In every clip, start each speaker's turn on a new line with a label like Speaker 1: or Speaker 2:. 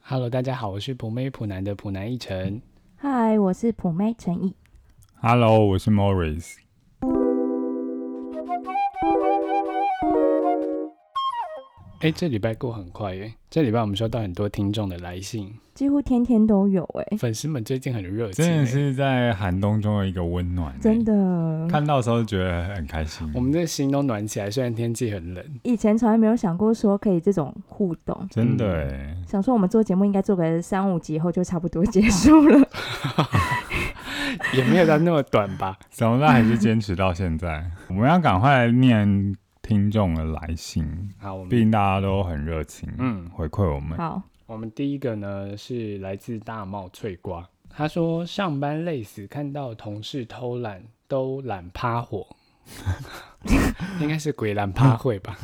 Speaker 1: Hello，大家好，我是普妹普南的普南一
Speaker 2: 嗯
Speaker 1: 晨。
Speaker 3: 嗨，我是普妹陈毅。
Speaker 2: Hello，我是 Morris。
Speaker 1: 哎、这礼拜过很快耶！这礼拜我们收到很多听众的来信，
Speaker 3: 几乎天天都有哎、
Speaker 1: 粉丝们最近很热情
Speaker 2: 真的
Speaker 1: 耶。
Speaker 2: 是在寒冬中的一个温暖、欸，
Speaker 3: 真的。
Speaker 2: 看到的时候觉得很开心。
Speaker 1: 我们的心都暖起来，虽然天气很冷。
Speaker 3: 以前从来没有想过说可以这种互动，
Speaker 2: 真的哎、欸，
Speaker 1: 嗯
Speaker 3: 想说我们做节目应该做个三五集后就差不多结 束了。
Speaker 1: 也没有到那么短 吧？
Speaker 2: 怎么办？还是坚持到 现在。我们要赶快念听众的来信，
Speaker 1: 好，我
Speaker 2: 毕
Speaker 1: 们
Speaker 2: 竟大家都很热情，
Speaker 1: 嗯，
Speaker 2: 回馈我们。
Speaker 3: 好，
Speaker 1: 我们第一个呢是来自大帽翠瓜，他说上班累死，看到同事偷懒都懒趴火， 应该是鬼懒趴会吧？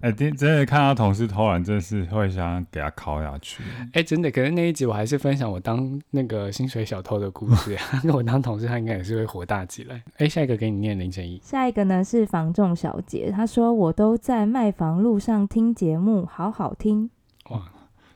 Speaker 2: 哎、真真的看到同事偷懒，真的是会想给他敲下去。
Speaker 1: 哎、真的，可是那一集我还是分享我当那个薪水小偷的故事。 他跟我当同事，他应该也是会火大起来。哎、下一个给你念林晨一，
Speaker 3: 下一个呢是房仲小姐，她说我都在卖房路上听节目，好好听。
Speaker 1: 哇，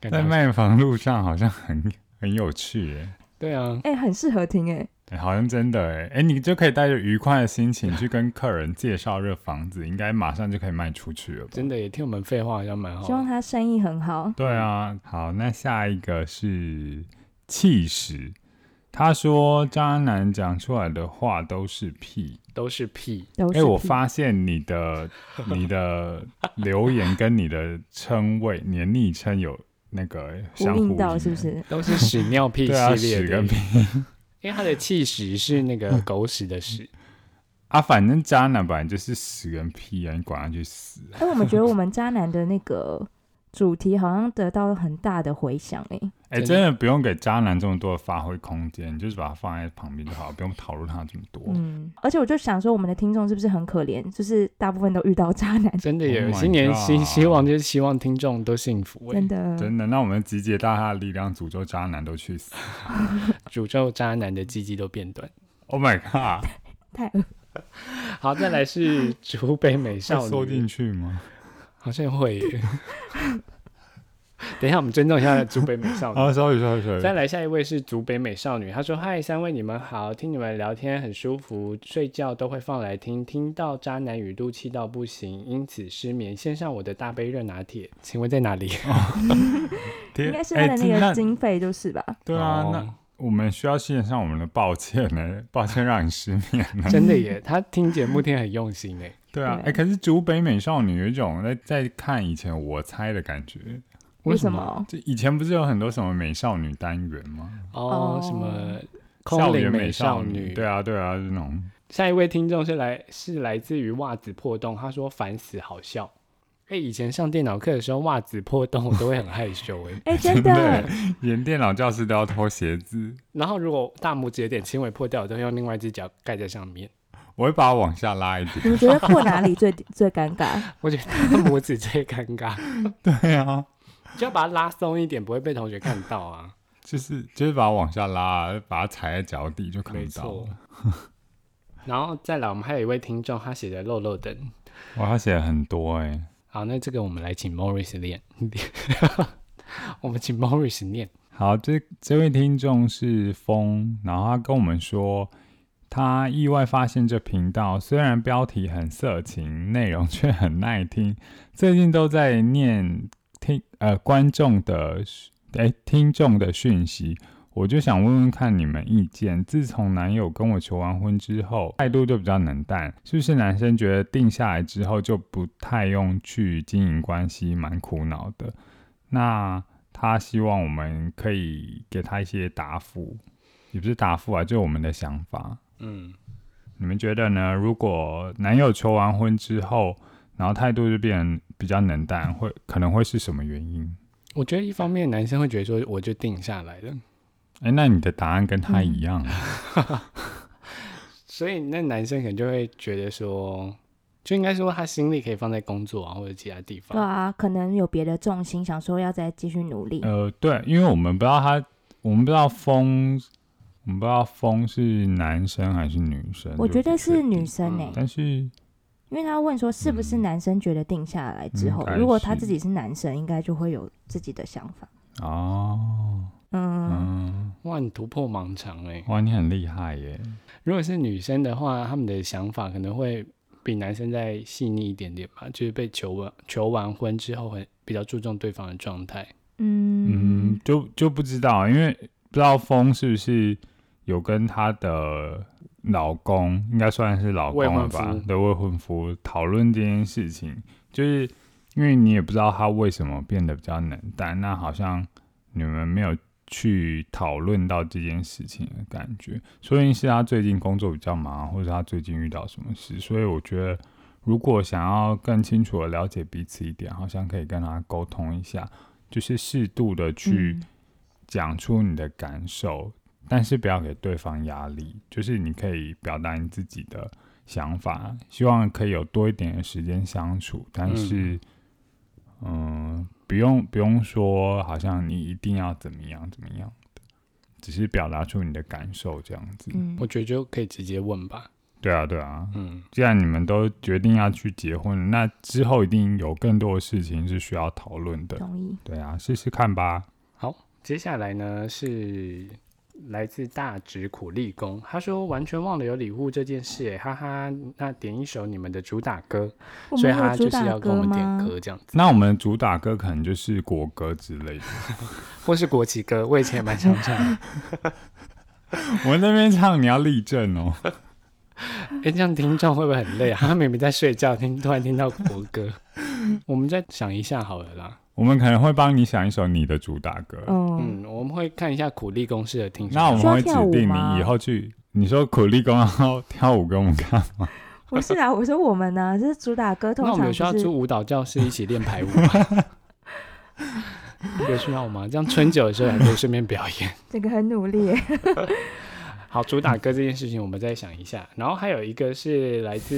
Speaker 1: 感觉
Speaker 2: 在
Speaker 1: 好
Speaker 2: 卖房路上好像很 很有趣、欸，
Speaker 1: 对啊，
Speaker 3: 哎、很适合听哎、
Speaker 2: 哎、好像真的哎、欸，哎、你就可以带着愉快的心情去跟客人介绍这房子，应该马上就可以卖出去了吧？
Speaker 1: 真的也听我们废话好像蛮
Speaker 2: 哦
Speaker 1: 好
Speaker 3: 希望
Speaker 1: 的。
Speaker 3: 她生意很好。
Speaker 2: 对啊，好，那下一个是气势。他说：“渣男讲出来的话都是屁。
Speaker 1: 都是屁，
Speaker 3: 都是
Speaker 2: 哎、我
Speaker 3: 屁
Speaker 2: 发现你的、你的留言跟你的称谓、你的昵称有那个
Speaker 3: 呼
Speaker 2: 相
Speaker 3: 应
Speaker 2: 呼
Speaker 3: 到
Speaker 2: 应
Speaker 3: 是不？是？
Speaker 1: 都是屎尿屁
Speaker 2: 对啊，
Speaker 1: 系
Speaker 2: 屎
Speaker 1: 列的
Speaker 2: 跟，屁
Speaker 1: 因为他的气屎是那个狗屎的屎。
Speaker 2: 啊，反正渣男本来就是屎跟屁啊，你管他去死啊、
Speaker 3: 哎、我们觉得我们渣男的那个主题好像得到很大的回响哎、
Speaker 1: 真
Speaker 2: 哎、
Speaker 1: 的
Speaker 2: 真的不用给渣男这么多的发挥空间，你就是把它放在旁边就好，不用讨论他这么多。
Speaker 3: 嗯，而且我就想说，我们的听众是不是很可怜？就是大部分都遇到渣男，
Speaker 1: 真的耶
Speaker 2: Oh my
Speaker 1: 新年
Speaker 2: God
Speaker 1: 希希望就是希望听众都幸福哎
Speaker 3: 真。的。
Speaker 2: 真的，那我们集结大家的力量，诅咒渣男都去死。
Speaker 1: 诅咒渣男的鸡鸡都变短。
Speaker 2: Oh my god！
Speaker 3: 太恶
Speaker 1: 好，再来是 竹北美少
Speaker 2: 会缩
Speaker 1: 女
Speaker 2: 进，去吗？
Speaker 1: 好像会耶。 等一下，我们尊重一下竹北美少女。
Speaker 2: 啊，sorry sorry
Speaker 1: 再
Speaker 2: sorry。
Speaker 1: 来下一位是竹北美少女，她说：“嗨，三位你们好，听你们聊天很舒服，睡觉都会放来听，听到渣男语录气到不行，因此失眠，献上我的大杯热拿铁，请问在哪里？
Speaker 2: 天
Speaker 3: 应该是
Speaker 2: 哎
Speaker 3: 他的
Speaker 2: 这
Speaker 3: 那个
Speaker 2: 那
Speaker 3: 经费就是吧？
Speaker 2: 对啊，那
Speaker 1: 哦
Speaker 2: 我们需要献上我们的抱歉呢， 抱歉让你失眠 了。
Speaker 1: 真的耶，他听节目听得很用心哎，
Speaker 2: 对啊，
Speaker 3: 对
Speaker 2: 哎，可是竹北美少女有一种在在看以前我猜的感觉。
Speaker 3: 为
Speaker 1: 什
Speaker 3: 什
Speaker 1: 么？
Speaker 3: 么？
Speaker 2: 就以前不是有很多什么美少女单元吗？
Speaker 1: 哦
Speaker 3: 哦，
Speaker 1: 什么空
Speaker 2: 校
Speaker 1: 灵
Speaker 2: 园
Speaker 1: 美
Speaker 2: 少
Speaker 1: 少女？
Speaker 2: 对啊对啊，这种
Speaker 1: 下一位听众是来是来自于袜子破洞，他说烦死，好笑。哎、以前上电脑课的时候，袜子破洞我都会很害羞哎、
Speaker 3: 哎、真
Speaker 2: 的
Speaker 3: 的，
Speaker 2: 连电脑教室都要脱鞋子，
Speaker 1: 然后如果大拇指有点轻微破掉，我都用另外一只脚盖在上面。
Speaker 2: 我会把它往下拉一点。
Speaker 3: 你们觉得破哪里最 最尴 尬？
Speaker 1: 我觉得大拇指最尴尬，
Speaker 2: 对啊，
Speaker 1: 就要把它拉松一点，不会被同学看到啊。
Speaker 2: 就是就是把它往下拉，把它踩在脚底就看
Speaker 1: 没
Speaker 2: 不到
Speaker 1: 错
Speaker 2: 了。。
Speaker 1: 然后再来，我们还有一位听众，他写的漏漏等。
Speaker 2: 哇，他写了很多哎、
Speaker 1: 好，那这个我们来请 Morris 念， 我们请 Morris 念。
Speaker 2: 好，这这位听众是风，然后他跟我们说，他意外发现这频道虽然标题很色情，内容却很耐听，最近都在念听呃观众的哎听众的讯息。我就想问问看你们意见。自从男友跟我求完婚之后，态度就比较冷淡，是不是男生觉得定下来之后就不太用去经营关系，蛮苦恼的？那他希望我们可以给他一些答复，也不是答复啊，就是我们的想法。
Speaker 1: 嗯，
Speaker 2: 你们觉得呢？如果男友求完婚之后，然后态度就变得比较冷淡，会可能会是什么原因？
Speaker 1: 我觉得一方面男生会觉得说，我就定下来了，
Speaker 2: 哎、那你的答案跟他一样，
Speaker 3: 嗯
Speaker 1: 所以那男生可能就会觉得说，就应该说他心力可以放在工作啊或者其他地
Speaker 3: 对
Speaker 1: 方。
Speaker 3: 啊，可能有别的重心，想说要再继续努
Speaker 1: 嗯
Speaker 3: 力。
Speaker 2: 呃，对，因为我们不知道他，我们不知道风，我们不知道风是男生还是女生，
Speaker 3: 我觉得是女
Speaker 2: 生，
Speaker 3: 生呢、欸
Speaker 1: 嗯
Speaker 2: 但是
Speaker 3: 因为他问说是不是男生觉得定下来之后，
Speaker 2: 嗯
Speaker 3: 如果
Speaker 2: 应该是
Speaker 3: 他自己是男生，应该就会有自己的想法。
Speaker 2: 哦，
Speaker 3: 嗯，
Speaker 2: 嗯，
Speaker 1: 哇，你突破盲肠哎、
Speaker 2: 哇，你很厉害耶！
Speaker 1: 如果是女生的话，她们的想法可能会比男生再细腻一点点吧，就是被求完求完婚之后，很比较注重对方的状态。
Speaker 3: 嗯
Speaker 2: 嗯，就就不知道，因为不知道风是不是有跟她的老公，应该算是老公了
Speaker 1: 未
Speaker 2: 吧
Speaker 1: 婚夫
Speaker 2: 的未婚夫讨论这件事情，就是因为你也不知道他为什么变得比较冷淡，那好像你们没有去讨论到这件事情的感觉，说不定是他最近工作比较忙，或者他最近遇到什么事，所以我觉得。如果想要更清楚的了解彼此一点，好像可以跟他沟通一下，就是适度的去
Speaker 3: 嗯
Speaker 2: 讲出你的感受，但是不要给对方压力，就是你可以表达你自己的想法，希望可以有多一点的时间相处，但是，嗯、不用不用说，好像你一定要怎么样怎么样的，只是表达出你的感受这样子。
Speaker 3: 嗯
Speaker 1: 我觉得就可以直接问吧。
Speaker 2: 对啊，对啊。
Speaker 1: 嗯，
Speaker 2: 既然你们都决定要去结婚了，那之后一定有更多的事情是需要讨论的。
Speaker 3: 同意。
Speaker 2: 对啊，试试看吧。
Speaker 1: 好，接下来呢是来自大直苦力工，他说完全忘了有礼物这件事、欸，哈哈。那点一首你们的主打歌，
Speaker 3: 我
Speaker 1: 所以
Speaker 3: 们
Speaker 1: 他
Speaker 3: 有
Speaker 1: 就
Speaker 3: 主
Speaker 1: 是
Speaker 3: 打
Speaker 1: 要跟我
Speaker 3: 歌
Speaker 1: 们点
Speaker 3: 吗？
Speaker 1: 歌这样子，
Speaker 2: 那我们的主打歌可能就是国歌之类的。
Speaker 1: 或是国旗歌，我以前也蛮想唱 的。
Speaker 2: 我们那边唱你要立正哦。
Speaker 1: 哎、这样听众会不会很累啊？ 他明明在睡觉，听突然听到国 歌，我们再想一下好了啦。
Speaker 2: 我们可能会帮你想一首你的主打歌，
Speaker 3: 嗯，
Speaker 1: 嗯，我们会看一下苦力公式的听众。
Speaker 2: 那我们会指
Speaker 3: 需要跳舞
Speaker 2: 定
Speaker 3: 吗
Speaker 2: 你以后去。你说苦力工，然后跳舞给我们看 吗？
Speaker 3: 不是啊，我说我们呢，就是主打歌，通
Speaker 1: 那我们
Speaker 3: 常
Speaker 1: 有需要
Speaker 3: 不是
Speaker 1: 租舞蹈教室一起练排舞吗？ 有需要吗？这样春酒的时候还可以顺便表演。
Speaker 3: 这个很努 力耶。
Speaker 1: 好，主打歌这件事情我们再想一下。然后还有一个是来自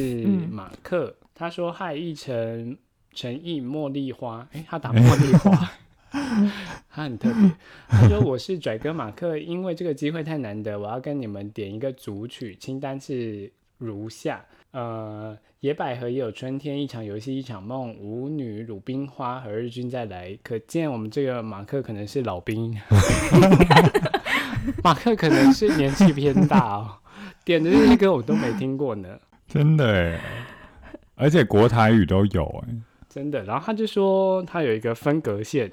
Speaker 1: 马克，他说：“嗨，一晨，陈毅茉莉花。”诶，他打茉莉花， 他很特别。他说：“我是拽哥马克，因为这个机会太难得，我要跟你们点一个组曲，清单是如下。”呃，野百合也有春天，一场游戏一场梦，舞女、鲁冰花和日君再来，可见我们这个马克可能是老兵。马克可能是年纪偏大哦，点的这些歌我都没听过呢，
Speaker 2: 真的哎，而且国台语都有哎。
Speaker 1: 真的。然后他就说他有一个分隔线，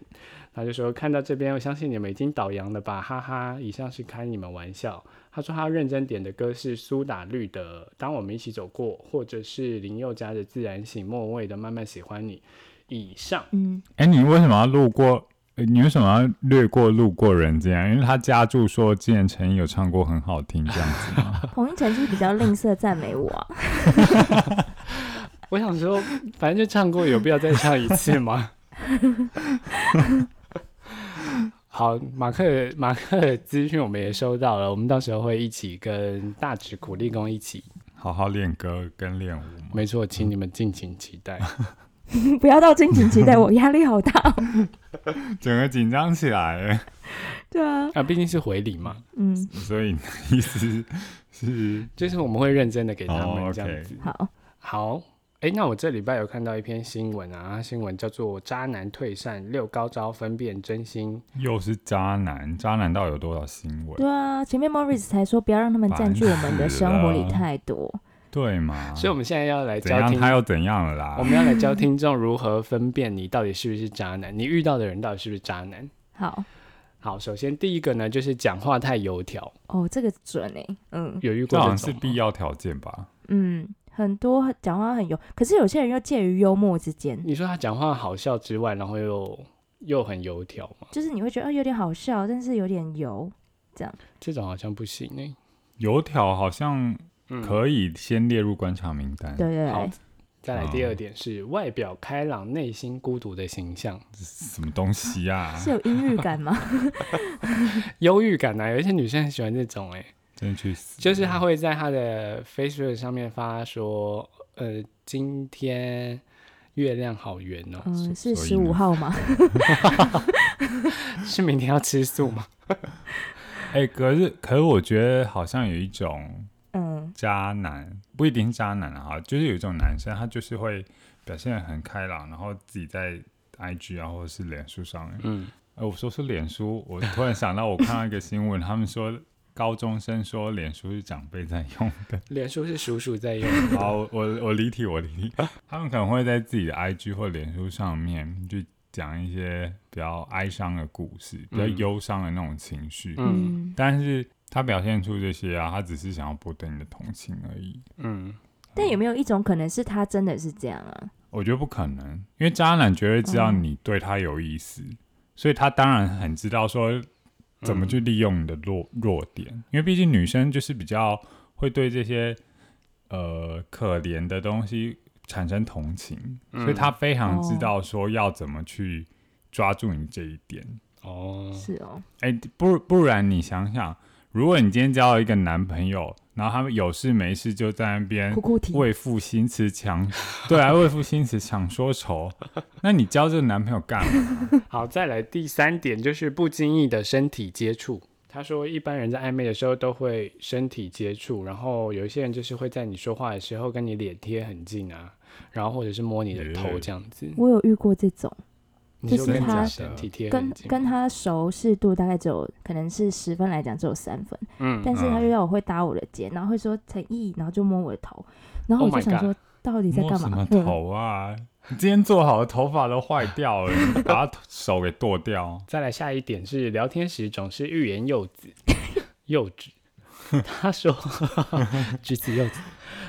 Speaker 1: 他就说看到这边，我相信你们已经倒洋了吧，哈哈。以上是开你们玩笑。他说他认真点的歌是苏打绿的《当我们一起走过》，或者是林宥嘉的《自然醒》，莫文蔚的《慢慢喜欢你》。以上，
Speaker 3: 嗯，
Speaker 2: 哎，你为什么要路过？呃你为什么要略过路过人家？因为他加注说之前陈毅有唱过很好听这样 子吗？
Speaker 3: 彭一晨是不是比较吝啬赞美我 啊，
Speaker 1: 我想说，反正就唱过，有必要再唱一次吗？ 好，马克马克的资讯我们也收到了，我们到时候会一起跟大直苦力工一起，
Speaker 2: 好好练歌跟练舞嘛。
Speaker 1: 没错，请你们敬请期待。
Speaker 3: 不要到敬请期待我，压力 好大哦。
Speaker 2: 整个紧张起来了，
Speaker 3: 对啊，
Speaker 1: 啊，毕竟是回礼嘛，
Speaker 3: 嗯，
Speaker 2: 所以你的意思是
Speaker 1: 就是我们会认真的给他
Speaker 2: 哦
Speaker 1: 们
Speaker 2: ，OK
Speaker 1: 这样子。
Speaker 3: 好，
Speaker 1: 好，哎，那我这礼拜有看到一篇新闻啊，它新闻叫做“渣男退散六高招分辨真心”，
Speaker 2: 又是渣男，渣男到底有多少新闻？
Speaker 3: 对啊，前面 Morris 才说不要让他们占据我们的生活里太多。
Speaker 2: 对嘛？
Speaker 1: 所以我们现在要来
Speaker 2: 啊怎
Speaker 1: 教
Speaker 2: 样
Speaker 1: 听
Speaker 2: 他又怎样了啦？
Speaker 1: 我们要来教听众如何分辨你到底是不是渣男，你遇到的人到底是不是渣男。
Speaker 3: 好，
Speaker 1: 好，首先第一个呢，就是讲话太油条，
Speaker 3: 哦，这个准哎、嗯
Speaker 1: 有遇
Speaker 2: 这
Speaker 1: 过
Speaker 2: 好
Speaker 1: 这
Speaker 2: 像是
Speaker 1: 种吗
Speaker 2: 必要条件吧？
Speaker 3: 嗯，很多讲话很油，可是有些人又介于幽默之间，
Speaker 1: 你说他讲话好笑之外，然后又又很油条嘛，
Speaker 3: 就是你会觉得、啊有点好笑，但是有点油。
Speaker 1: 这种好像不行哎、
Speaker 2: 油条好像
Speaker 1: 嗯
Speaker 2: 可以先列入观察名单。
Speaker 3: 对对
Speaker 1: 好
Speaker 3: 对，
Speaker 1: 再来第
Speaker 2: 哦
Speaker 1: 二点是外表开朗、内心孤独的形象，
Speaker 2: 这是什么东西 啊？
Speaker 3: 是有阴郁感吗？
Speaker 1: 忧郁感啊，有一些女生很喜欢这种哎、
Speaker 2: 真的去死！
Speaker 1: 就是他会在他的 Facebook 上面发说，呃，今天月亮好圆哦、
Speaker 3: 嗯，是
Speaker 2: 所
Speaker 3: 十
Speaker 2: 以呢
Speaker 3: 五号吗？
Speaker 1: 是明天要吃素吗？
Speaker 2: 哎、可是可是我觉得好像有一种
Speaker 3: 嗯，
Speaker 2: 渣男，不一定是渣男啊，哈就是有一种男生他就是会表现得很开朗，然后自己在 IG 啊或者是脸书上，
Speaker 1: 嗯，
Speaker 2: 呃，我说是脸书，我突然想到，我看到一个新闻，他们说高中生说脸书是长辈在用的。
Speaker 1: 脸书是叔叔 在用，
Speaker 2: 好，我我我离题，我离题。他们可能会在自己的 IG 或脸书上面去讲一些比较哀伤的故事，比较
Speaker 1: 嗯
Speaker 2: 忧伤的那种情绪。
Speaker 1: 嗯
Speaker 2: 但是他表现出这些啊，他只是想要博得你的同情而已。
Speaker 1: 嗯，
Speaker 3: 但有没有一种可能是他真的是这样啊？
Speaker 2: 我觉得不可能，因为渣男绝对知道
Speaker 3: 哦
Speaker 2: 你对他有意思，所以他当然很知道说怎
Speaker 1: 嗯
Speaker 2: 么去利用你的弱、弱点，因为毕竟女生就是比较会对这些呃可怜的东西产生同情，
Speaker 1: 嗯
Speaker 2: 所以他非常知
Speaker 3: 哦
Speaker 2: 道说要怎么去抓住你这一点。
Speaker 1: 哦，
Speaker 3: 是哦，
Speaker 2: 哎、不不然你想想，如果你今天交了一个男朋友，然后他们有事没事就在那
Speaker 1: 嗯
Speaker 2: 边
Speaker 3: 哭哭啼。
Speaker 2: 为赋新词强， 对啊，为赋新词强说愁。 那你交这个男朋友干嘛？
Speaker 1: 好，再来第三点就是不经意的身体接触。他说，一般人在暧昧的时候都会身体接触，然后有一些人就是会在你说话的时候跟你脸贴很近啊，然后或者是摸你的头
Speaker 2: 耶
Speaker 1: 这样子。
Speaker 3: 我有遇过这种，
Speaker 1: 你
Speaker 3: 就
Speaker 1: 就是跟你
Speaker 3: 他
Speaker 1: 身体贴
Speaker 3: 跟
Speaker 1: 很近，
Speaker 3: 跟他熟视度大概只有可能是十分来讲只有三分，
Speaker 1: 嗯
Speaker 3: 但是他就要我会搭我的肩，然后会说陈毅，然后就摸我的头，然后我
Speaker 1: Oh
Speaker 3: 就
Speaker 1: my
Speaker 3: 想说
Speaker 1: God
Speaker 3: 到底在
Speaker 2: 摸
Speaker 3: 干
Speaker 2: 什
Speaker 3: 嘛
Speaker 2: 么？
Speaker 3: 嗯
Speaker 2: 头啊？你今天做好的头发都坏掉了，你把他手给剁掉。
Speaker 1: 再来下一点是聊天时总是欲言又止，幼稚。他说，橘子柚子。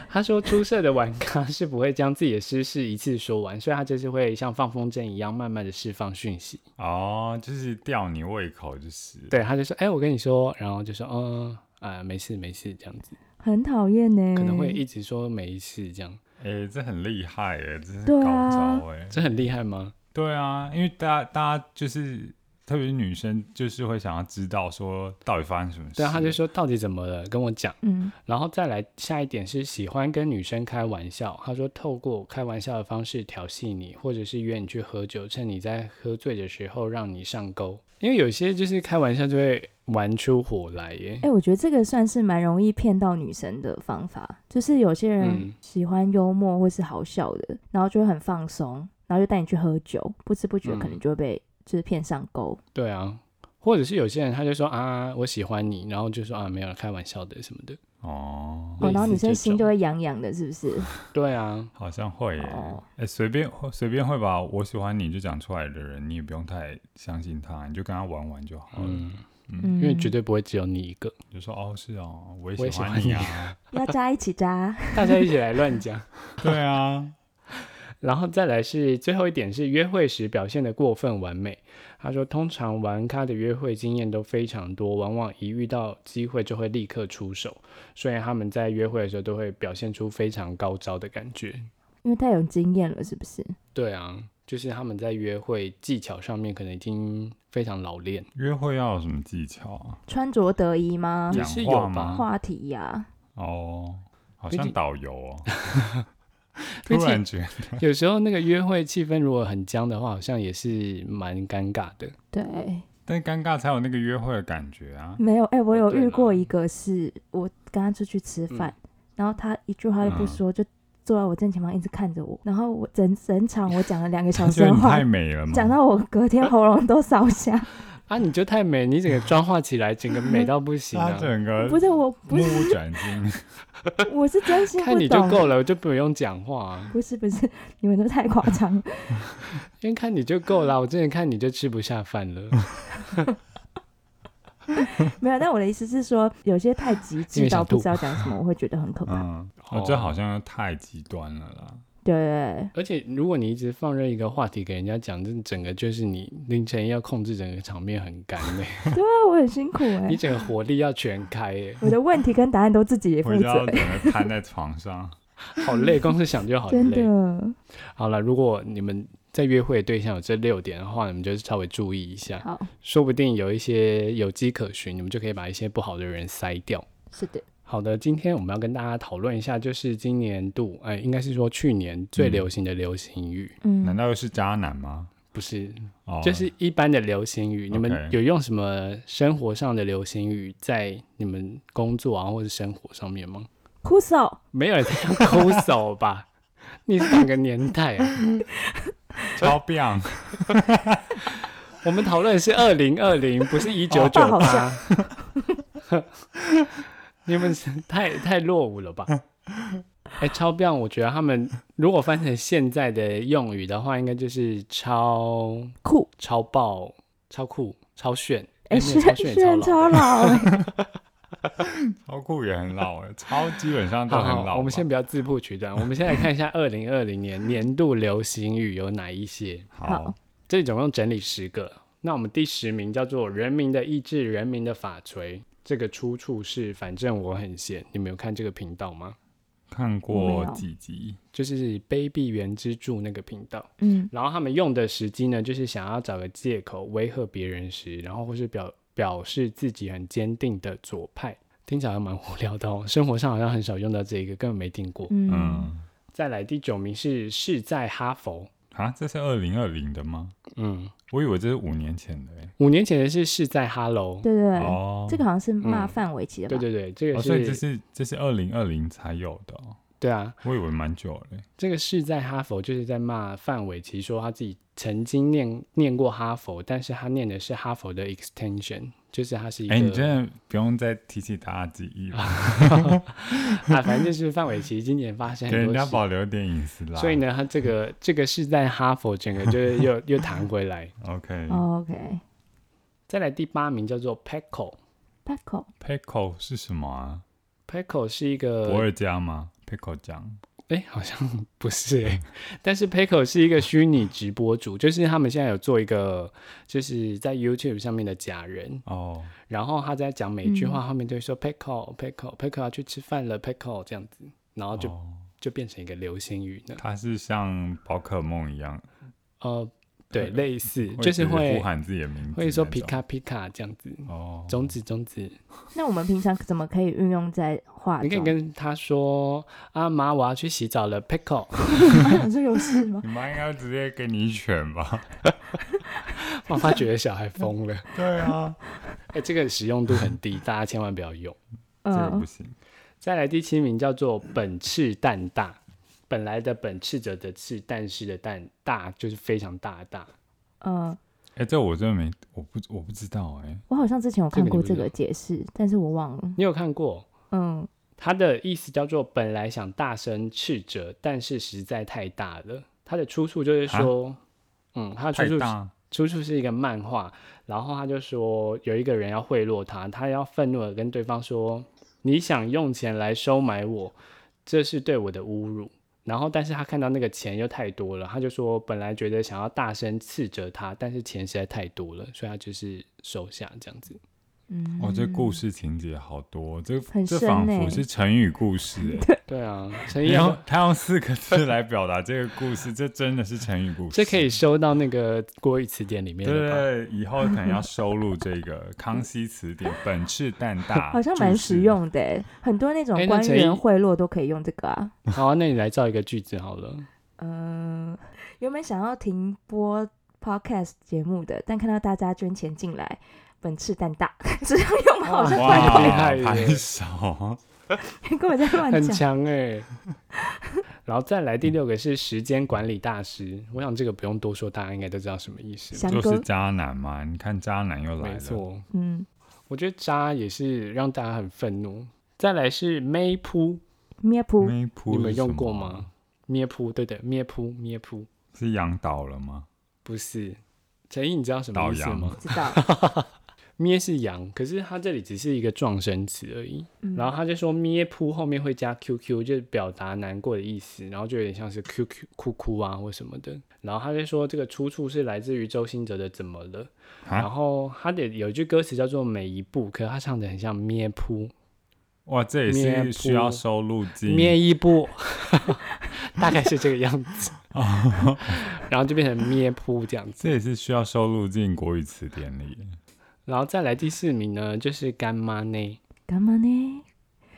Speaker 1: 他说，出色的玩咖是不会将自己的私事一次说完，所以他就是会像放风筝一样，慢慢的释放讯息。
Speaker 2: 哦，就是吊你胃口，就是。
Speaker 1: 对，他就说，哎、我跟你说，然后就说，嗯，啊、没事没事，这样子，
Speaker 3: 很讨厌呢，
Speaker 1: 可能会一直说没事这样，
Speaker 2: 哎、这很厉害哎、这是
Speaker 3: 对
Speaker 2: 高
Speaker 3: 啊
Speaker 2: 招哎、
Speaker 1: 这很厉害吗？
Speaker 2: 对啊，因为大家大家就是，特别是女生，就是会想要知道说到底发生什么事。
Speaker 1: 对啊，他就说到底怎么了，跟我讲。
Speaker 3: 嗯，
Speaker 1: 然后再来下一点是喜欢跟女生开玩笑，他说透过开玩笑的方式调戏你，或者是约你去喝酒，趁你在喝醉的时候让你上钩，因为有些就是开玩笑就会玩出火来耶
Speaker 3: 哎、。我觉得这个算是蛮容易骗到女生的方法，就是有些人
Speaker 1: 嗯
Speaker 3: 喜欢幽默或是好笑的，然后就会很放松，然后就带你去喝酒，不知不觉可能
Speaker 1: 嗯
Speaker 3: 就会被就是骗上钩。
Speaker 1: 对啊，或者是有些人他就说啊我喜欢你，然后就说啊没有开玩笑的什么的。
Speaker 2: 哦，
Speaker 3: 哦，
Speaker 1: 类
Speaker 3: 然后
Speaker 1: 似
Speaker 3: 女生
Speaker 1: 这
Speaker 3: 心就
Speaker 1: 种
Speaker 3: 会痒痒的，是不是？
Speaker 1: 对啊，
Speaker 2: 好像会耶、
Speaker 3: 哦
Speaker 2: 哎、随便随便会把我喜欢你就讲出来的人，你也不用太相信他，你就跟他玩玩就好了。
Speaker 1: 嗯，
Speaker 3: 嗯，
Speaker 1: 因为绝对不会只有你一个，
Speaker 2: 你就说哦，是哦，我
Speaker 1: 我
Speaker 2: 也
Speaker 1: 也
Speaker 2: 喜
Speaker 1: 喜
Speaker 2: 欢
Speaker 1: 欢
Speaker 2: 你
Speaker 1: 你
Speaker 2: 啊，
Speaker 3: 要扎一起 扎。
Speaker 1: 大家一起来乱讲。
Speaker 2: 对啊，
Speaker 1: 然后再来是最后一点是约会时表现的过分完美。他说，通常玩咖的约会经验都非常多，往往一遇到机会就会立刻出手，所以他们在约会的时候都会表现出非常高招的感觉。
Speaker 3: 因为太有经验了，是不是？
Speaker 1: 对啊，就是他们在约会技巧上面可能已经非常老练，
Speaker 2: 约会要有什么技巧啊？
Speaker 3: 穿着得宜吗？
Speaker 1: 也
Speaker 2: 讲
Speaker 1: 是
Speaker 2: 话
Speaker 1: 有
Speaker 2: 吗
Speaker 1: 吧？
Speaker 3: 话题呀、
Speaker 2: 哦，好
Speaker 1: 毕
Speaker 2: 像
Speaker 1: 竟
Speaker 2: 导游哦，
Speaker 1: 毕
Speaker 2: 突然觉得
Speaker 1: 有时候那个约会气氛如果很僵的话，好像也是蛮尴尬的。
Speaker 3: 对，
Speaker 2: 但尴尬才有那个约会的感觉啊。
Speaker 3: 没有。哎、我有
Speaker 1: 对
Speaker 3: 遇
Speaker 1: 啦
Speaker 3: 过一个是，我跟他出去吃
Speaker 1: 嗯
Speaker 3: 饭，然后他一句话都不
Speaker 2: 嗯
Speaker 3: 说，就坐在我正前方一直看着我，然后我整整场我讲了两个小 时
Speaker 2: 觉得
Speaker 3: 的
Speaker 2: 你
Speaker 3: 话
Speaker 2: 太，美了嘛，
Speaker 3: 讲到我隔天喉咙都烧瞎。
Speaker 1: 啊，你就太美，你整个妆化起来，整个美到不行
Speaker 2: 他
Speaker 1: 啊！
Speaker 2: 整个
Speaker 3: 不是我，不
Speaker 2: 目
Speaker 3: 是
Speaker 2: 不转睛，
Speaker 3: 我是真心
Speaker 1: 看
Speaker 3: 不
Speaker 1: 你就
Speaker 3: 懂。
Speaker 1: 够了，我就不用讲话、啊。
Speaker 3: 不是不是，你们都太夸张了。
Speaker 1: 因为看你就够了，我之前看你就吃不下饭 了，
Speaker 3: 没有，但我的意思是说，有些太极
Speaker 1: 因
Speaker 3: 致
Speaker 1: 为
Speaker 3: 到
Speaker 1: 想
Speaker 3: 不
Speaker 1: 吐
Speaker 3: 知道讲什么，我会觉得很可怕。
Speaker 2: 嗯，哦，这好像太极端了啦。
Speaker 3: 对对
Speaker 1: 而且如果你一直放任一个话题给人家讲，这整个就是你凌晨要控制整个场面很干 嘞、
Speaker 3: 对，对啊，我很 辛苦哎、
Speaker 1: 你整个火力要全开耶、
Speaker 3: 我的问题跟答案都自己也负
Speaker 2: 回家
Speaker 3: 责
Speaker 2: 要，整个瘫在床上。
Speaker 1: 好累，光是想就 好
Speaker 3: 真
Speaker 1: 累。
Speaker 3: 的。
Speaker 1: 好了，如果你们在约会的对象有这六点的话，你们就是稍微注意一下，
Speaker 3: 好，
Speaker 1: 说不定有一些有迹可循，你们就可以把一些不好的人筛掉。
Speaker 3: 是的，
Speaker 1: 好的，今天我们要跟大家讨论一下，就是今年度，哎、应该是说去年最流行的流行语，
Speaker 2: 难
Speaker 3: 嗯，
Speaker 2: 道又是渣男吗？
Speaker 1: 不是
Speaker 2: 哦，
Speaker 1: 就是一般的流行语，你们
Speaker 2: OK
Speaker 1: 有用什么生活上的流行语在你们工作啊或者生活上面吗？
Speaker 3: 哭手，
Speaker 1: 没有人在用抠手吧？ 你是哪个年代啊？
Speaker 2: 超棒，
Speaker 1: 我们讨论的是二零二零，不是一九九
Speaker 3: 好
Speaker 1: 八。 你们是太太落伍了吧？哎、超标！我觉得他们如果翻成现在的用语的话，应该就是超
Speaker 3: 酷，
Speaker 1: 超爆、超酷、超炫。
Speaker 3: 哎、
Speaker 1: 哎、没有超
Speaker 3: 炫
Speaker 1: 炫也
Speaker 3: 炫
Speaker 1: 超老
Speaker 3: 超老，欸
Speaker 2: 超酷也很老 哎，超基本 上都
Speaker 1: 好
Speaker 2: 很
Speaker 1: 好
Speaker 2: 老吧。
Speaker 1: 好，我们先不要自曝其短，我们先来看一下二零二零年 年度流行语有哪一些。
Speaker 2: 好
Speaker 3: 好，
Speaker 1: 这里总共整理十个。那我们第十名叫做“人民的意志，人民的法锤”，这个出处是“反正我很闲”。你们有看这个频道吗？
Speaker 2: 看
Speaker 3: 我
Speaker 2: 过
Speaker 3: 没有
Speaker 2: 几集，
Speaker 1: 就是卑鄙原之助那个频道。
Speaker 3: 嗯，
Speaker 1: 然后他们用的时机呢，就是想要找个借口威吓别人时，然后或是表表示自己很坚定的左派。听起来还蛮无聊的哦，生活上好像很少用到这个，根本没听过。
Speaker 3: 嗯，
Speaker 2: 嗯，
Speaker 1: 再来第九名是是在哈佛，
Speaker 2: 啊，这是二零二零的吗？
Speaker 1: 嗯，
Speaker 2: 我以为这是五年前的哎。
Speaker 1: 五年前的是是在哈喽，
Speaker 3: 对对对，
Speaker 2: 哦，
Speaker 3: 这个好像是骂
Speaker 1: 嗯
Speaker 3: 范玮琪的吧？
Speaker 1: 对对对，这个
Speaker 2: 哦，
Speaker 1: 是、
Speaker 2: 所以这是这是二零二零才有的哦，
Speaker 1: 对啊，
Speaker 2: 我以为蛮久了欸。
Speaker 1: 这个是在哈佛，就是在骂范玮琪说他自己曾经念念过哈佛，但是他念的是哈佛的 extension，就是他是一个，
Speaker 2: 哎，你真的不用再提起大家记忆了，
Speaker 1: 啊，反正就是范玮琪今年发生
Speaker 2: 给
Speaker 1: 很
Speaker 2: 人
Speaker 1: 多
Speaker 2: 家
Speaker 1: 事，
Speaker 2: 保留点隐私啦。
Speaker 1: 所以呢，他这个这个是在哈佛，整个就是又又弹回来。
Speaker 2: ，OK，
Speaker 1: 嗯
Speaker 3: o k
Speaker 1: 再来第八名叫做 Peckle，Peckle
Speaker 3: p a c o
Speaker 2: pickle 是什么啊？
Speaker 1: 是一
Speaker 2: 博
Speaker 1: 个，
Speaker 2: 尔加吗？pickle 酱
Speaker 1: 哎、好像 不是哎、但是 Peckle 是一个虚拟直播主，就是他们现在有做一个，就是在 YouTube 上面的假人，
Speaker 2: 哦，
Speaker 1: 然后他在讲每一句话
Speaker 3: 嗯
Speaker 1: 后面就会说 pickle pickle pickle 要去吃饭了 pickle 这样子，然后就、
Speaker 2: 哦
Speaker 1: 就变成一个流行语呢。
Speaker 2: 它是像宝可梦一样，
Speaker 1: 呃，对，类似
Speaker 2: 会
Speaker 1: 就是
Speaker 2: 一直
Speaker 1: 会
Speaker 2: 呼喊自己的名字，
Speaker 1: 会说皮。卡皮卡这样子，
Speaker 2: 哦，
Speaker 1: 种子种子，
Speaker 3: 那我们平常怎么可以运用在化妆？
Speaker 1: 你可以跟他说啊妈，我要去洗澡了 pickle，
Speaker 3: 这有事 吗？
Speaker 2: 你妈应该直接给你一拳吧？
Speaker 1: 妈妈觉得小孩疯了。
Speaker 2: 对啊，
Speaker 1: 哎、这个使用度很低，大家千万不要用。
Speaker 2: 这个
Speaker 3: 嗯
Speaker 2: 不，行。
Speaker 1: 再来第七名叫做本赤蛋大，本来的本赤者的赤，但是的蛋大就是非常大的大。
Speaker 3: 嗯，
Speaker 2: 哎，这我真的没，我不我不知道哎。
Speaker 3: 我好像之前有看过
Speaker 1: 这
Speaker 3: 这
Speaker 1: 个你
Speaker 3: 个
Speaker 1: 不
Speaker 3: 解释，但是我忘了。
Speaker 1: 你有看过？
Speaker 3: 嗯，
Speaker 1: 它的意思叫做本来想大声斥责，但是实在太大了。它的出处就是说，嗯，它的
Speaker 2: 啊太
Speaker 1: 出处
Speaker 2: 大，
Speaker 1: 出处是一个漫画，然后他就说有一个人要贿赂他，他要愤怒的跟对方说：“你想用钱来收买我，这是对我的侮辱。”然后，但是他看到那个钱又太多了，他就说本来觉得想要大声斥责他，但是钱实在太多了，所以他就是收下这样 子。
Speaker 3: 嗯，
Speaker 2: 哦，这故事情节好多，这
Speaker 3: 很
Speaker 2: 这
Speaker 3: 深
Speaker 2: 仿佛
Speaker 3: 欸
Speaker 2: 是成语故事哎。
Speaker 1: 对啊，陈
Speaker 2: 然后
Speaker 1: 阳，
Speaker 2: 他用四个字来表达这个故事， 这真的是成语故事。
Speaker 1: 这可以收到那个国语词典里面
Speaker 2: 对
Speaker 1: 了吧？
Speaker 2: 对，对以后可能要收录这 个《康熙词典》“本赤蛋大”，
Speaker 3: 好像蛮实。用的欸，很多
Speaker 1: 啊
Speaker 3: 那
Speaker 1: 哎
Speaker 3: 种
Speaker 1: 那
Speaker 3: 官
Speaker 1: 陈毅
Speaker 3: 员贿赂都可以用这个啊。
Speaker 1: 好、啊，那你来造一个句子好了。
Speaker 3: 嗯，原本想要停播 podcast 节目的，但看到大家捐钱进来，本次蛋大， 这样用好像
Speaker 2: 哇，
Speaker 1: 厉害耶
Speaker 2: 拍手！
Speaker 3: 根本在乱
Speaker 1: 很
Speaker 3: 讲。
Speaker 1: 强哎、然后再来第六个是时间管理大师，我想这个不用多说，大家应该都知道什么意思。
Speaker 3: 翔
Speaker 2: 就
Speaker 3: 哥
Speaker 2: 是，渣男嘛，你看渣男又来
Speaker 1: 没
Speaker 2: 了，
Speaker 1: 错，
Speaker 3: 嗯，
Speaker 1: 我觉得渣也是让大家很愤怒。再来是咩扑，
Speaker 3: 咩噗，
Speaker 2: 妹扑
Speaker 1: 你们
Speaker 2: 是什
Speaker 1: 用过
Speaker 2: 么啊
Speaker 1: 吗？？咩扑，对的，咩扑，咩扑，
Speaker 2: 是羊倒了吗？
Speaker 1: 不是。陈毅，你知道什么意思
Speaker 2: 倒
Speaker 1: 吗
Speaker 2: 羊？
Speaker 3: 知 道，
Speaker 1: 咩是羊，可是它这里只是一个撞声词而已。
Speaker 3: 嗯
Speaker 1: 然后他就说咩扑后面会加 QQ，就是表达难过的意思，然后就有点像是 QQ 哭哭啊或什么的。然后他就说这个出处是来自于周兴哲的《怎么了》，
Speaker 2: 啊
Speaker 1: 然后他的有一句歌词叫做每一步，可是他唱的很像咩扑
Speaker 2: 哇，这也
Speaker 1: 咩扑
Speaker 2: 是需要收录进
Speaker 1: 咩一步， 大概是这个样子，
Speaker 2: 哦
Speaker 1: 然后就变成咩扑这样子。
Speaker 2: 这也是需要收录进国语词典里。
Speaker 1: 然后再来第四名呢，就是干妈呢。
Speaker 3: 干嘛呢？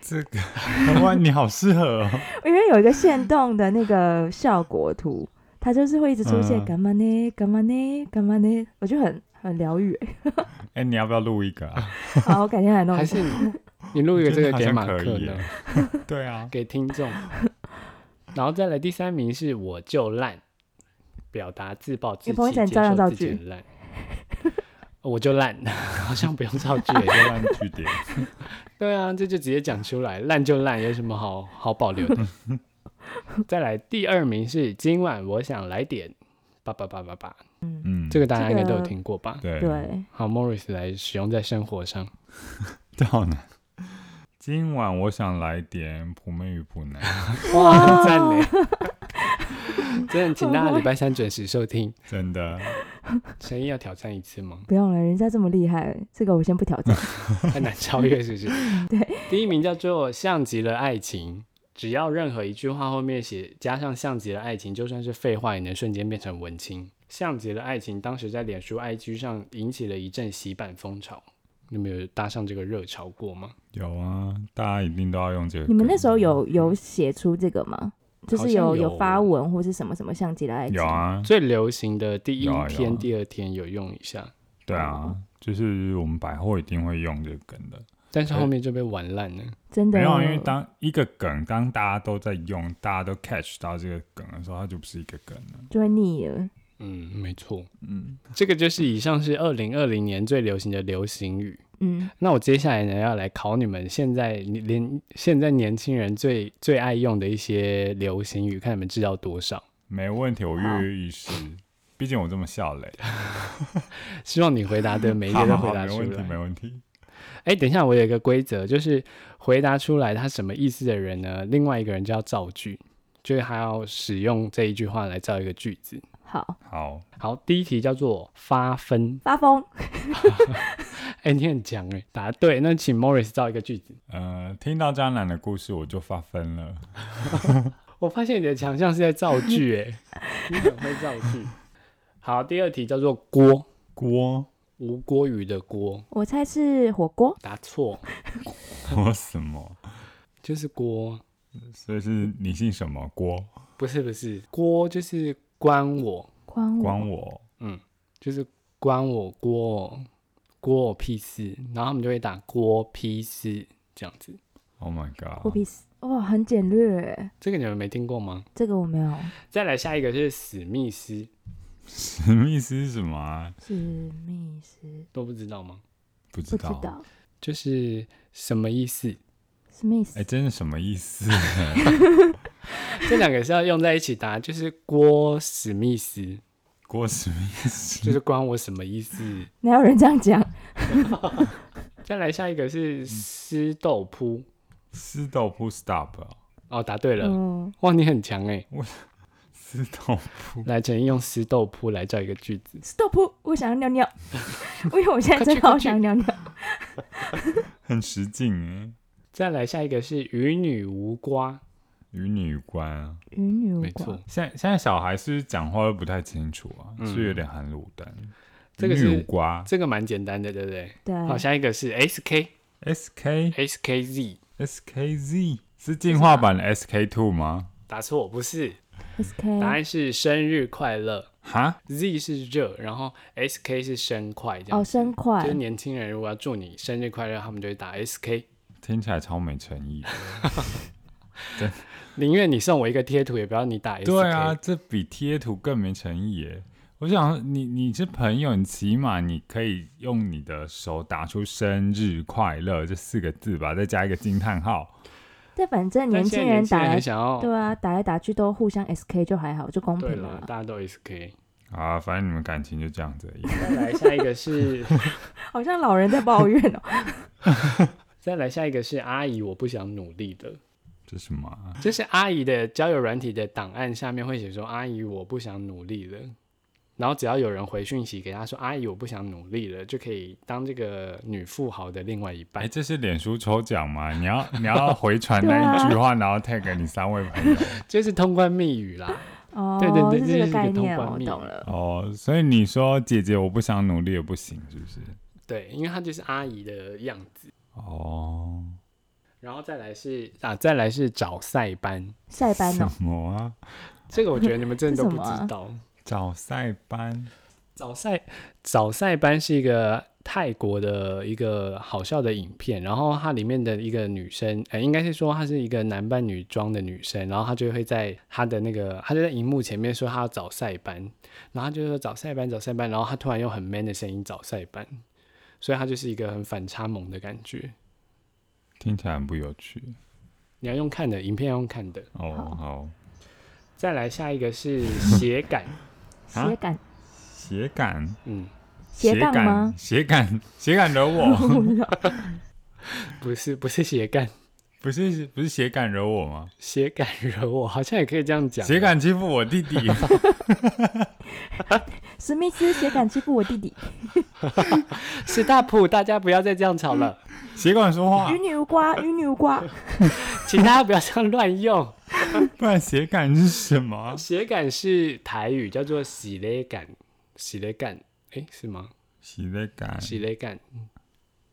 Speaker 2: 这个哇，你好适合、哦，
Speaker 3: 因为有一个限动的那个效果图，它就是会一直出现
Speaker 2: 嗯
Speaker 3: 干嘛呢？干嘛呢？干嘛呢？我就很很疗愈欸。
Speaker 2: 哎、你要不要录一个啊？
Speaker 3: 好，我改天来弄
Speaker 1: 还
Speaker 3: 一
Speaker 1: 是
Speaker 3: 下。
Speaker 1: 你你录一个这个给马
Speaker 2: 我觉得
Speaker 1: 克
Speaker 2: 好像
Speaker 1: 呢
Speaker 2: 可以？耶对啊，
Speaker 1: 给听 众。然后再来第三名是我就烂，表达自暴自
Speaker 3: 你不会
Speaker 1: 弃，
Speaker 3: 讲
Speaker 1: 接
Speaker 3: 照样
Speaker 1: 受
Speaker 3: 造
Speaker 1: 自己
Speaker 3: 句
Speaker 1: 很烂。我就烂， 好像不用造句耶。
Speaker 2: 烂据点。
Speaker 1: 对啊，这就直接讲出来，烂就烂，有什么好好保留 的？再来第二名是今晚我想来点叭叭叭叭叭，
Speaker 2: 嗯，
Speaker 1: 这个大家应该
Speaker 3: 这
Speaker 1: 都
Speaker 3: 个
Speaker 1: 有听过吧？
Speaker 2: 对，
Speaker 3: 对，
Speaker 1: 好，Morris 来使用在生活 上，
Speaker 2: 这好难。今晚我想来点普妹与普男，
Speaker 1: 哇，赞 美！真的，请大家礼拜三准时收听。
Speaker 2: 真的
Speaker 1: 陈毅要挑战一次吗？
Speaker 3: 不用了，人家这么厉害，这个我先不挑战。
Speaker 1: 很难超越，是不是？
Speaker 3: 对，
Speaker 1: 第一名叫做“像极了爱情”，只要任何一句话后面写加上“像极了爱情”，就算是废话，也能瞬间变成文青。“像极了爱情”当时在脸书、IG 上引起了一阵洗版风潮，你们有搭上这个热潮过吗？
Speaker 2: 有啊，大家一定都要用这个。
Speaker 3: 你们那时候有有写出这个吗？就
Speaker 1: 好
Speaker 3: 是
Speaker 1: 像
Speaker 3: 有
Speaker 1: 有
Speaker 3: 有发文或是什么什么相机的爱情？
Speaker 2: 有啊？
Speaker 1: 最流行的第一
Speaker 2: 有啊有
Speaker 1: 天、
Speaker 2: 啊
Speaker 1: 第二天有用一下，
Speaker 2: 对啊，就是我们百货一定会用这个梗的。
Speaker 1: 但是后面就被玩烂了。
Speaker 3: 真的哦
Speaker 2: 没有啊，因为当一个梗，当大家都在用，大家都 catch 到这个梗的时候，它就不是一个梗了。
Speaker 3: 就会腻了。
Speaker 1: 嗯，没错，
Speaker 2: 嗯，
Speaker 1: 这个就是以上是二零二零年最流行的流行语。
Speaker 3: 嗯，
Speaker 1: 那我接下来呢，要来考你们现在你连现在年轻人最最爱用的一些流行语，看你们知道多少。
Speaker 2: 没问题，我跃跃欲试。毕竟我这么笑嘞，
Speaker 1: 希望你回答的每一
Speaker 2: 好
Speaker 1: 个都
Speaker 2: 好
Speaker 1: 回
Speaker 2: 好，
Speaker 1: 答
Speaker 2: 没
Speaker 1: 出
Speaker 2: 问题，没
Speaker 1: 来。
Speaker 2: 问题。
Speaker 1: 哎，等一下，我有一个规则，就是回答出来他什么意思的人呢，另外一个人就要造句，就是他要使用这一句话来造一个句子。
Speaker 3: 好，
Speaker 2: 好，
Speaker 1: 好，第一题叫做发疯。
Speaker 3: 发疯，
Speaker 1: 哎，你很强哎，答对。那请 Morris 造一个句子。
Speaker 2: 呃，听到渣男的故事我就发疯了。
Speaker 1: 我发现你的强项是在造句哎， 你很会造句。好，第二题叫做锅。
Speaker 2: 锅
Speaker 1: 吴郭宇的郭，
Speaker 3: 我猜是火锅。
Speaker 1: 答错，
Speaker 2: 锅什么？
Speaker 1: 就是郭，
Speaker 2: 所以是你姓什么？锅
Speaker 1: 不是不是，郭就是关我，
Speaker 3: 关
Speaker 2: 关我
Speaker 1: 嗯就是关我郭郭我屁事，然后他们就会打郭屁事这样子。
Speaker 2: ？Oh my
Speaker 3: 我
Speaker 2: god！
Speaker 3: 屁事！哇，很简略，欸
Speaker 1: 这个你们没听过吗？
Speaker 3: 这个我没有。
Speaker 1: 再来下一个是史密斯，
Speaker 2: 史密斯是什么啊？
Speaker 3: 史密斯，
Speaker 1: 都不知道吗？
Speaker 2: 不
Speaker 3: 不
Speaker 2: 知
Speaker 3: 知
Speaker 2: 道。
Speaker 3: 道
Speaker 1: 就是什么意思？
Speaker 3: 史密
Speaker 2: 哎，
Speaker 3: 斯。
Speaker 2: 真是什么意思？
Speaker 1: 这两个是要用在一起答，就是郭史密斯，
Speaker 2: 郭史密斯
Speaker 1: 就是关我什么意思？
Speaker 3: 哪有人这样讲？
Speaker 1: 再来下一个是斯豆扑，
Speaker 2: 斯豆不 stop 啊？
Speaker 1: 哦，答对了，
Speaker 3: 嗯，
Speaker 1: 哇，你很强哎。
Speaker 2: 斯豆
Speaker 1: 来，陈毅用湿豆扑来造一个句子。
Speaker 3: stop，我想要尿尿，因为我现在真的
Speaker 1: 快去
Speaker 3: 好想尿尿。
Speaker 2: 很实欸劲
Speaker 1: 再来下一个是与女无瓜，
Speaker 2: 哎，与你无关啊。
Speaker 3: 与女无
Speaker 1: 没
Speaker 3: 关
Speaker 1: 错，，
Speaker 2: 现在现在小孩是不是讲话都不太清楚啊，
Speaker 1: 嗯
Speaker 2: 是不是有点含卤蛋。
Speaker 1: 这个
Speaker 2: 与
Speaker 1: 是
Speaker 2: 你无瓜
Speaker 1: 这个蛮简单的，对不对？
Speaker 3: 对，
Speaker 1: 好，下一个是 S K
Speaker 2: S K
Speaker 1: S K Z，
Speaker 2: S K Z 是进化版的 S K two 吗？
Speaker 1: 答错，不是，
Speaker 3: 嗯
Speaker 1: 答
Speaker 3: SK
Speaker 1: 案是生日快乐。
Speaker 2: 哈，
Speaker 1: Z 是热，然后 S K 是生快，这样
Speaker 3: 哦，
Speaker 1: 子
Speaker 3: 生快
Speaker 1: 就是年轻人如果要祝你生日快乐，他们就会打 S K，
Speaker 2: 听起来超没诚意的。
Speaker 1: 宁愿你送我一个贴图，也不要你打 S K。
Speaker 2: 对啊，，这比贴图更没诚意耶！我想说你你是朋友，你起码你可以用你的手打出“生日快乐”这四个字吧，再加一个惊叹号。
Speaker 3: 但反正
Speaker 1: 但
Speaker 3: 年
Speaker 1: 现
Speaker 3: 轻
Speaker 1: 在年
Speaker 3: 人
Speaker 1: 轻
Speaker 3: 打
Speaker 1: 人
Speaker 3: 来
Speaker 1: 很，想要，
Speaker 3: 对啊，打来打去都互相 SK 就还好，就公
Speaker 1: 对
Speaker 3: 平
Speaker 1: 了，
Speaker 3: 了。
Speaker 1: 大家都 S K。
Speaker 2: 好啊，反正你们感情就这样子而已。
Speaker 1: 再来下一个是，
Speaker 3: 好像老人在抱怨哦。
Speaker 1: 再来下一个是阿姨，我不想努力了。
Speaker 2: 这什么啊、
Speaker 1: 就是阿姨的交友软体的档案下面会写说：“阿姨，我不想努力了。”然后只要有人回讯息给她说：“阿姨，我不想努力了”，就可以当这个女富豪的另外一
Speaker 2: 哎、
Speaker 1: 半。
Speaker 2: 这是脸书抽奖吗？你要你要回传那一句话，然后 tag 你三位朋友
Speaker 1: 就是通关密语啦。
Speaker 3: 哦，
Speaker 1: 对对对
Speaker 3: 是
Speaker 1: 这
Speaker 3: 这
Speaker 1: 是一个
Speaker 3: 概
Speaker 1: 通
Speaker 3: 念，
Speaker 1: 关
Speaker 3: 我
Speaker 1: 密
Speaker 3: 懂
Speaker 1: 语
Speaker 3: 了。
Speaker 2: 哦。所以你说姐姐我不想努力也不行，是不是？
Speaker 1: 对，因为她就是阿姨的样子。
Speaker 2: 哦，
Speaker 1: 然后再来是啊，再来是找塞班，
Speaker 3: 晒 班哦
Speaker 2: 什，么啊？
Speaker 1: 这个我觉得你们真的
Speaker 3: 这
Speaker 1: 都
Speaker 3: 什
Speaker 1: 不
Speaker 3: 么啊
Speaker 1: 知道。
Speaker 2: 找塞班
Speaker 1: 早赛早赛班是一个泰国的一个好笑的影片，然后它里面的一个女生，呃，应该是说她是一个男扮女装的女生，然后她就会在她的那个，她就在荧幕前面说她要早赛班，然后她就说早赛班早赛班，然后她突然用很 man 的声音早赛班，所以她就是一个很反差萌的感觉。
Speaker 2: 听起来很不有趣
Speaker 1: 你要用看的，影片要用看的。
Speaker 2: 哦。
Speaker 3: 好
Speaker 2: 好，
Speaker 1: 再来下一个是斜感，
Speaker 2: 啊
Speaker 3: 斜感
Speaker 2: 斜感，
Speaker 1: 嗯，
Speaker 3: 斜杠吗
Speaker 2: 感，斜感，斜感惹我，
Speaker 1: 不是不是斜感，
Speaker 2: 不是不是斜感惹我吗？
Speaker 1: 斜感惹我，好像也可以这样讲。啊
Speaker 2: 斜感欺负我 弟弟，
Speaker 3: 史密斯斜感欺负我弟 弟，
Speaker 1: 是大埔，大家不要再这样吵了，
Speaker 2: 斜感说话
Speaker 1: 啊
Speaker 3: 与，女无瓜，与女无瓜。
Speaker 1: 请大家不要这样乱用。
Speaker 2: 不然斜感是什么？
Speaker 1: 斜感是台语，叫做喜勒感，喜勒感，诶，是吗？
Speaker 2: 斜的感
Speaker 1: 喜勒感，嗯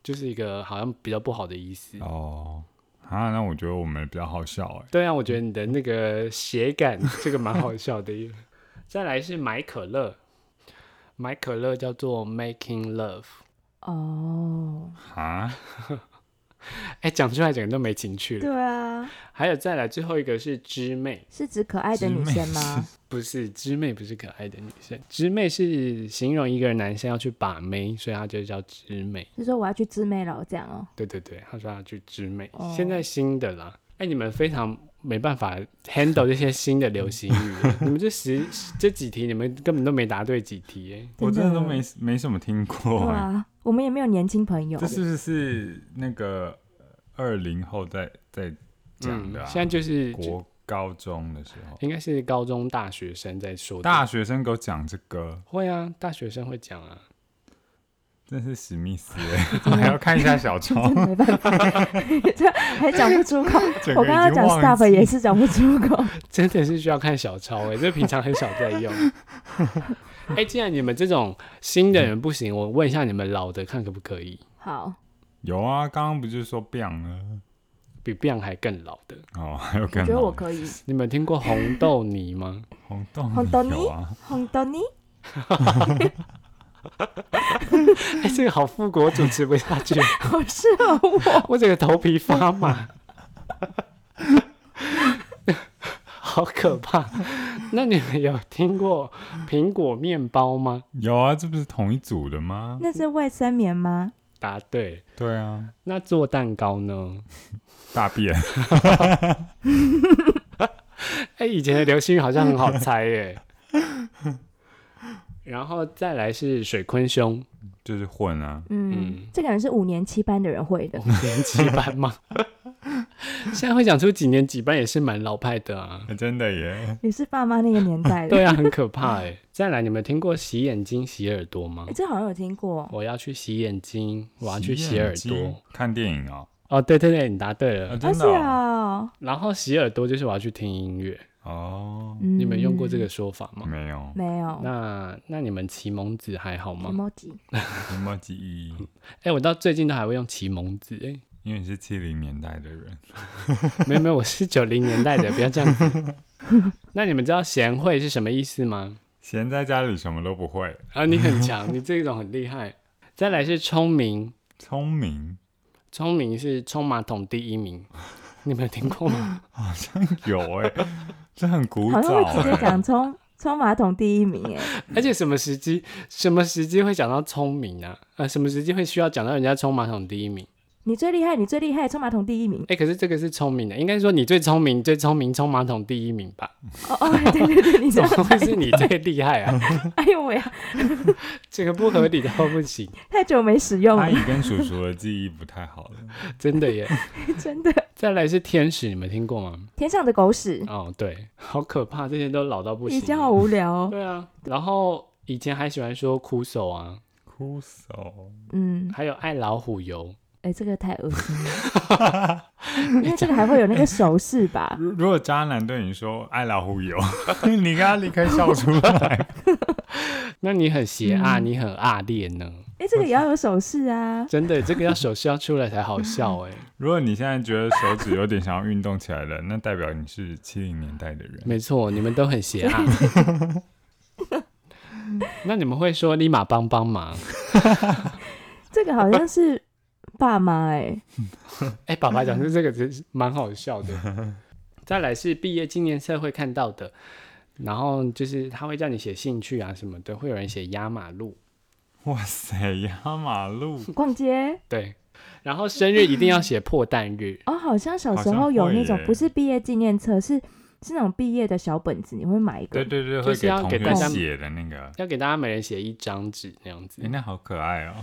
Speaker 1: 就是一个好像比较不好的意思。
Speaker 2: 哦，啊，那我觉得我们比较好笑哎。
Speaker 1: 对啊，我觉得你的那个斜感这个蛮好笑的。再来是买可乐，买可乐叫做 making love，
Speaker 3: 哦，
Speaker 2: 啊，
Speaker 1: 哎，讲出来整个都没情趣了。
Speaker 3: 对啊，
Speaker 1: 还有再来最后一个是知妹，
Speaker 3: 是指可爱的女生吗？
Speaker 1: 不是知妹，不是可爱的女生，知妹是形容一个男生要去把妹，所以他就叫知妹。
Speaker 3: 就说我要去知妹了这样哦。
Speaker 1: 对对对，他说他去知妹，
Speaker 3: 哦
Speaker 1: 现在新的啦。哎，你们非常没办法 handle 这些新的流行 语耶，你们这十这几题你们根本都没答对几题耶。
Speaker 2: 我真的都没没什么听
Speaker 3: 对
Speaker 2: 过哎。
Speaker 3: 啊，我们也没有年轻朋友
Speaker 2: 这。是不是那个呃二零后在在讲的啊？
Speaker 1: 嗯现在就是
Speaker 2: 国高中的时候，
Speaker 1: 应该是高中大学生在说的，
Speaker 2: 大学生给我讲这个，
Speaker 1: 会啊，大学生会讲啊。
Speaker 2: 真是史密斯哎， 还要看一下小超，
Speaker 3: 没办 法，这还讲不出口。
Speaker 2: 整
Speaker 3: 我
Speaker 2: 个
Speaker 3: 刚刚
Speaker 2: 已经
Speaker 3: 讲
Speaker 2: 忘
Speaker 3: stuff
Speaker 2: 记
Speaker 3: 也是讲不出口。
Speaker 1: 真的是需要看小抄哎、欸，这平常很少在 用。哎、既然你们这种新的人不行，我问一下你们老的看可不可以，
Speaker 3: 好，
Speaker 2: 有啊，刚刚不就说 biang 了？
Speaker 1: 比 b i a n 还更老的。
Speaker 2: 哦，还有
Speaker 3: 我
Speaker 2: 更
Speaker 3: 觉得我
Speaker 2: 好
Speaker 3: 可以。
Speaker 1: 你们听过红豆泥 吗？
Speaker 2: 红豆
Speaker 3: 红豆泥
Speaker 2: 有啊，
Speaker 3: 红豆泥，
Speaker 1: 哎、这个好复古，我主持不下去，
Speaker 3: 好适合 我。
Speaker 1: 我整个头皮发麻， 好可怕。那你们有听过苹果面包吗？
Speaker 2: 有啊，这不是同一组的吗？
Speaker 3: 那是外三棉吗？
Speaker 1: 答对。
Speaker 2: 对啊，
Speaker 1: 那做蛋糕呢？
Speaker 2: 大便
Speaker 1: 哎、以前的流星雨好像很好猜耶。 然后再来是水坤兄，
Speaker 2: 就是混啊，
Speaker 3: 嗯，这感觉是五年七班的人会的
Speaker 1: 五。年级班吗？ 现在会讲出几年几班也是蛮老派的啊。
Speaker 2: 哎真的 耶，
Speaker 3: 也是爸妈那个年代的。
Speaker 1: 对啊，很可怕哎。再来，你们听过洗眼睛、洗耳朵吗
Speaker 3: 诶，？这好像有听过。
Speaker 1: 我要去洗眼睛，我要去洗
Speaker 2: 眼
Speaker 1: 耳
Speaker 2: 睛
Speaker 1: 朵。
Speaker 2: 看电 影哦，
Speaker 1: 哦，对对对，你答对
Speaker 2: 啊
Speaker 1: 了。
Speaker 3: 啊，
Speaker 2: 真
Speaker 3: 是
Speaker 2: 的哦
Speaker 3: 啊，
Speaker 1: 然后洗耳朵就是我要去听音乐，
Speaker 2: 哦，
Speaker 3: 嗯
Speaker 1: 你们用过这个说法吗？
Speaker 2: 没有，
Speaker 3: 没有？
Speaker 1: 那那你们启蒙子还好吗？
Speaker 3: emoji
Speaker 2: 有没有记忆？
Speaker 1: 哎、我到最近都还会用启蒙子哎、
Speaker 2: 因为你是七零年代的人，
Speaker 1: 没有没有，我是九零年代的，不要这样子。那你们知道贤惠是什么意思吗？
Speaker 2: 闲在家里什么都不会，
Speaker 1: 啊，你很强，你这种很厉害。再来是聪明，
Speaker 2: 聪明
Speaker 1: 聪明是冲马桶第一名，你们有听过吗？
Speaker 2: 好像有哎， 这很古
Speaker 3: 好像
Speaker 2: 早
Speaker 3: 会直接讲
Speaker 2: 哎，
Speaker 3: 冲
Speaker 1: 啊
Speaker 3: 冲马桶第一名哎，
Speaker 1: 而且什么时机，什么时机会讲到聪明啊？啊，什么时机会需要讲到人家冲马桶第一名？
Speaker 3: 你最厉害，你最厉害，冲马桶第一名
Speaker 1: 哎、。可是这个是聪明的，应该说你最聪明，最聪明冲马桶第一名吧？
Speaker 3: 哦哦，对对对，你这
Speaker 1: 怎么
Speaker 3: 样
Speaker 1: 会是你最厉害啊？
Speaker 3: 哎呦喂啊，
Speaker 1: 这个不合理到不行，
Speaker 3: 太久没使用
Speaker 2: 阿
Speaker 1: 哎
Speaker 3: 了，
Speaker 2: 姨跟叔叔的记忆不太好了，
Speaker 1: 真的耶。
Speaker 3: 真的。
Speaker 1: 再来是天使，你们听过吗？
Speaker 3: 天上的狗屎，
Speaker 1: 哦，对，好可怕，这些都老到不行。
Speaker 3: 以前好无聊哦。
Speaker 1: 对啊，然后以前还喜欢说苦手啊，
Speaker 2: 哭手
Speaker 3: 嗯，
Speaker 1: 还有爱老虎油。
Speaker 3: 哎，这个太恶心了， 因为这个还会有那个手势吧？
Speaker 2: 如如果渣男对你说“爱老虎油”，你跟他立刻笑出来。
Speaker 1: 那你很邪恶，
Speaker 3: 嗯
Speaker 1: 你很恶劣呢？
Speaker 3: 哎，这个也要有手势啊。
Speaker 1: 真的，这个要手势要出来才好笑哎、
Speaker 2: 如果你现在觉得手指有点想要运动起来了，那代表你是七零年代的人。
Speaker 1: 没错，你们都很邪恶。啊那你们会说立马帮帮忙？
Speaker 3: 这个好像是爸妈哎、
Speaker 1: 哎、爸爸讲是这个真是蛮好笑的。再来是毕业纪念册会看到的，然后就是他会叫你写兴趣啊什么的，会有人写压马路，
Speaker 2: 哇塞，压马路，
Speaker 3: 逛街
Speaker 1: 对。然后生日一定要写破蛋日，
Speaker 3: 哦，好像小
Speaker 2: 好
Speaker 3: 时
Speaker 2: 像
Speaker 3: 候有
Speaker 2: 会
Speaker 3: 那种
Speaker 2: 耶
Speaker 3: 不是毕业纪念册，是是那种毕业的小本子，你会买一个
Speaker 2: 对对对，
Speaker 1: 就
Speaker 2: 会
Speaker 1: 是要
Speaker 2: 同
Speaker 1: 给大
Speaker 2: 学
Speaker 1: 家
Speaker 2: 写的那个，
Speaker 1: 要给大家每人写一张纸那样子
Speaker 2: 哎，。那好可爱哦。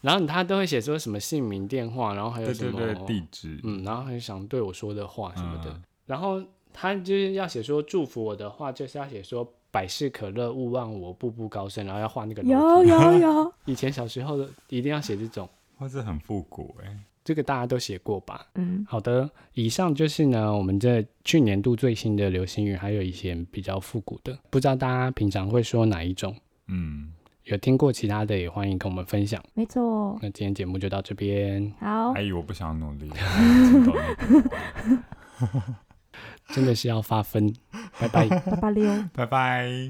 Speaker 1: 然后他都会写说什么姓名、电话，然后还有
Speaker 2: 对
Speaker 1: 什
Speaker 2: 对
Speaker 1: 么
Speaker 2: 对，地址，
Speaker 1: 嗯，然后很想对我说的话什么的。
Speaker 2: 嗯
Speaker 1: 然后他就是要写说祝福我的话，就是要写说百事可乐勿忘我，步步高升，然后要画那个楼
Speaker 3: 有
Speaker 1: 梯。
Speaker 3: 有有，
Speaker 1: 以前小时候的一定要写这种，
Speaker 2: 哇，这很复古哎。
Speaker 1: 这个大家都写过吧？
Speaker 3: 嗯，
Speaker 1: 好的，以上就是呢我们这去年度最新的流行语，还有一些比较复古的，不知道大家平常会说哪一种？
Speaker 2: 嗯，
Speaker 1: 有听过其他的也欢迎跟我们分享。
Speaker 3: 没错。哦
Speaker 1: 那今天节目就到这边，
Speaker 3: 好
Speaker 2: 阿，姨，我不想努力了，真 的没有
Speaker 1: 真的是要发疯，拜拜。
Speaker 3: 八八六。
Speaker 2: 拜拜。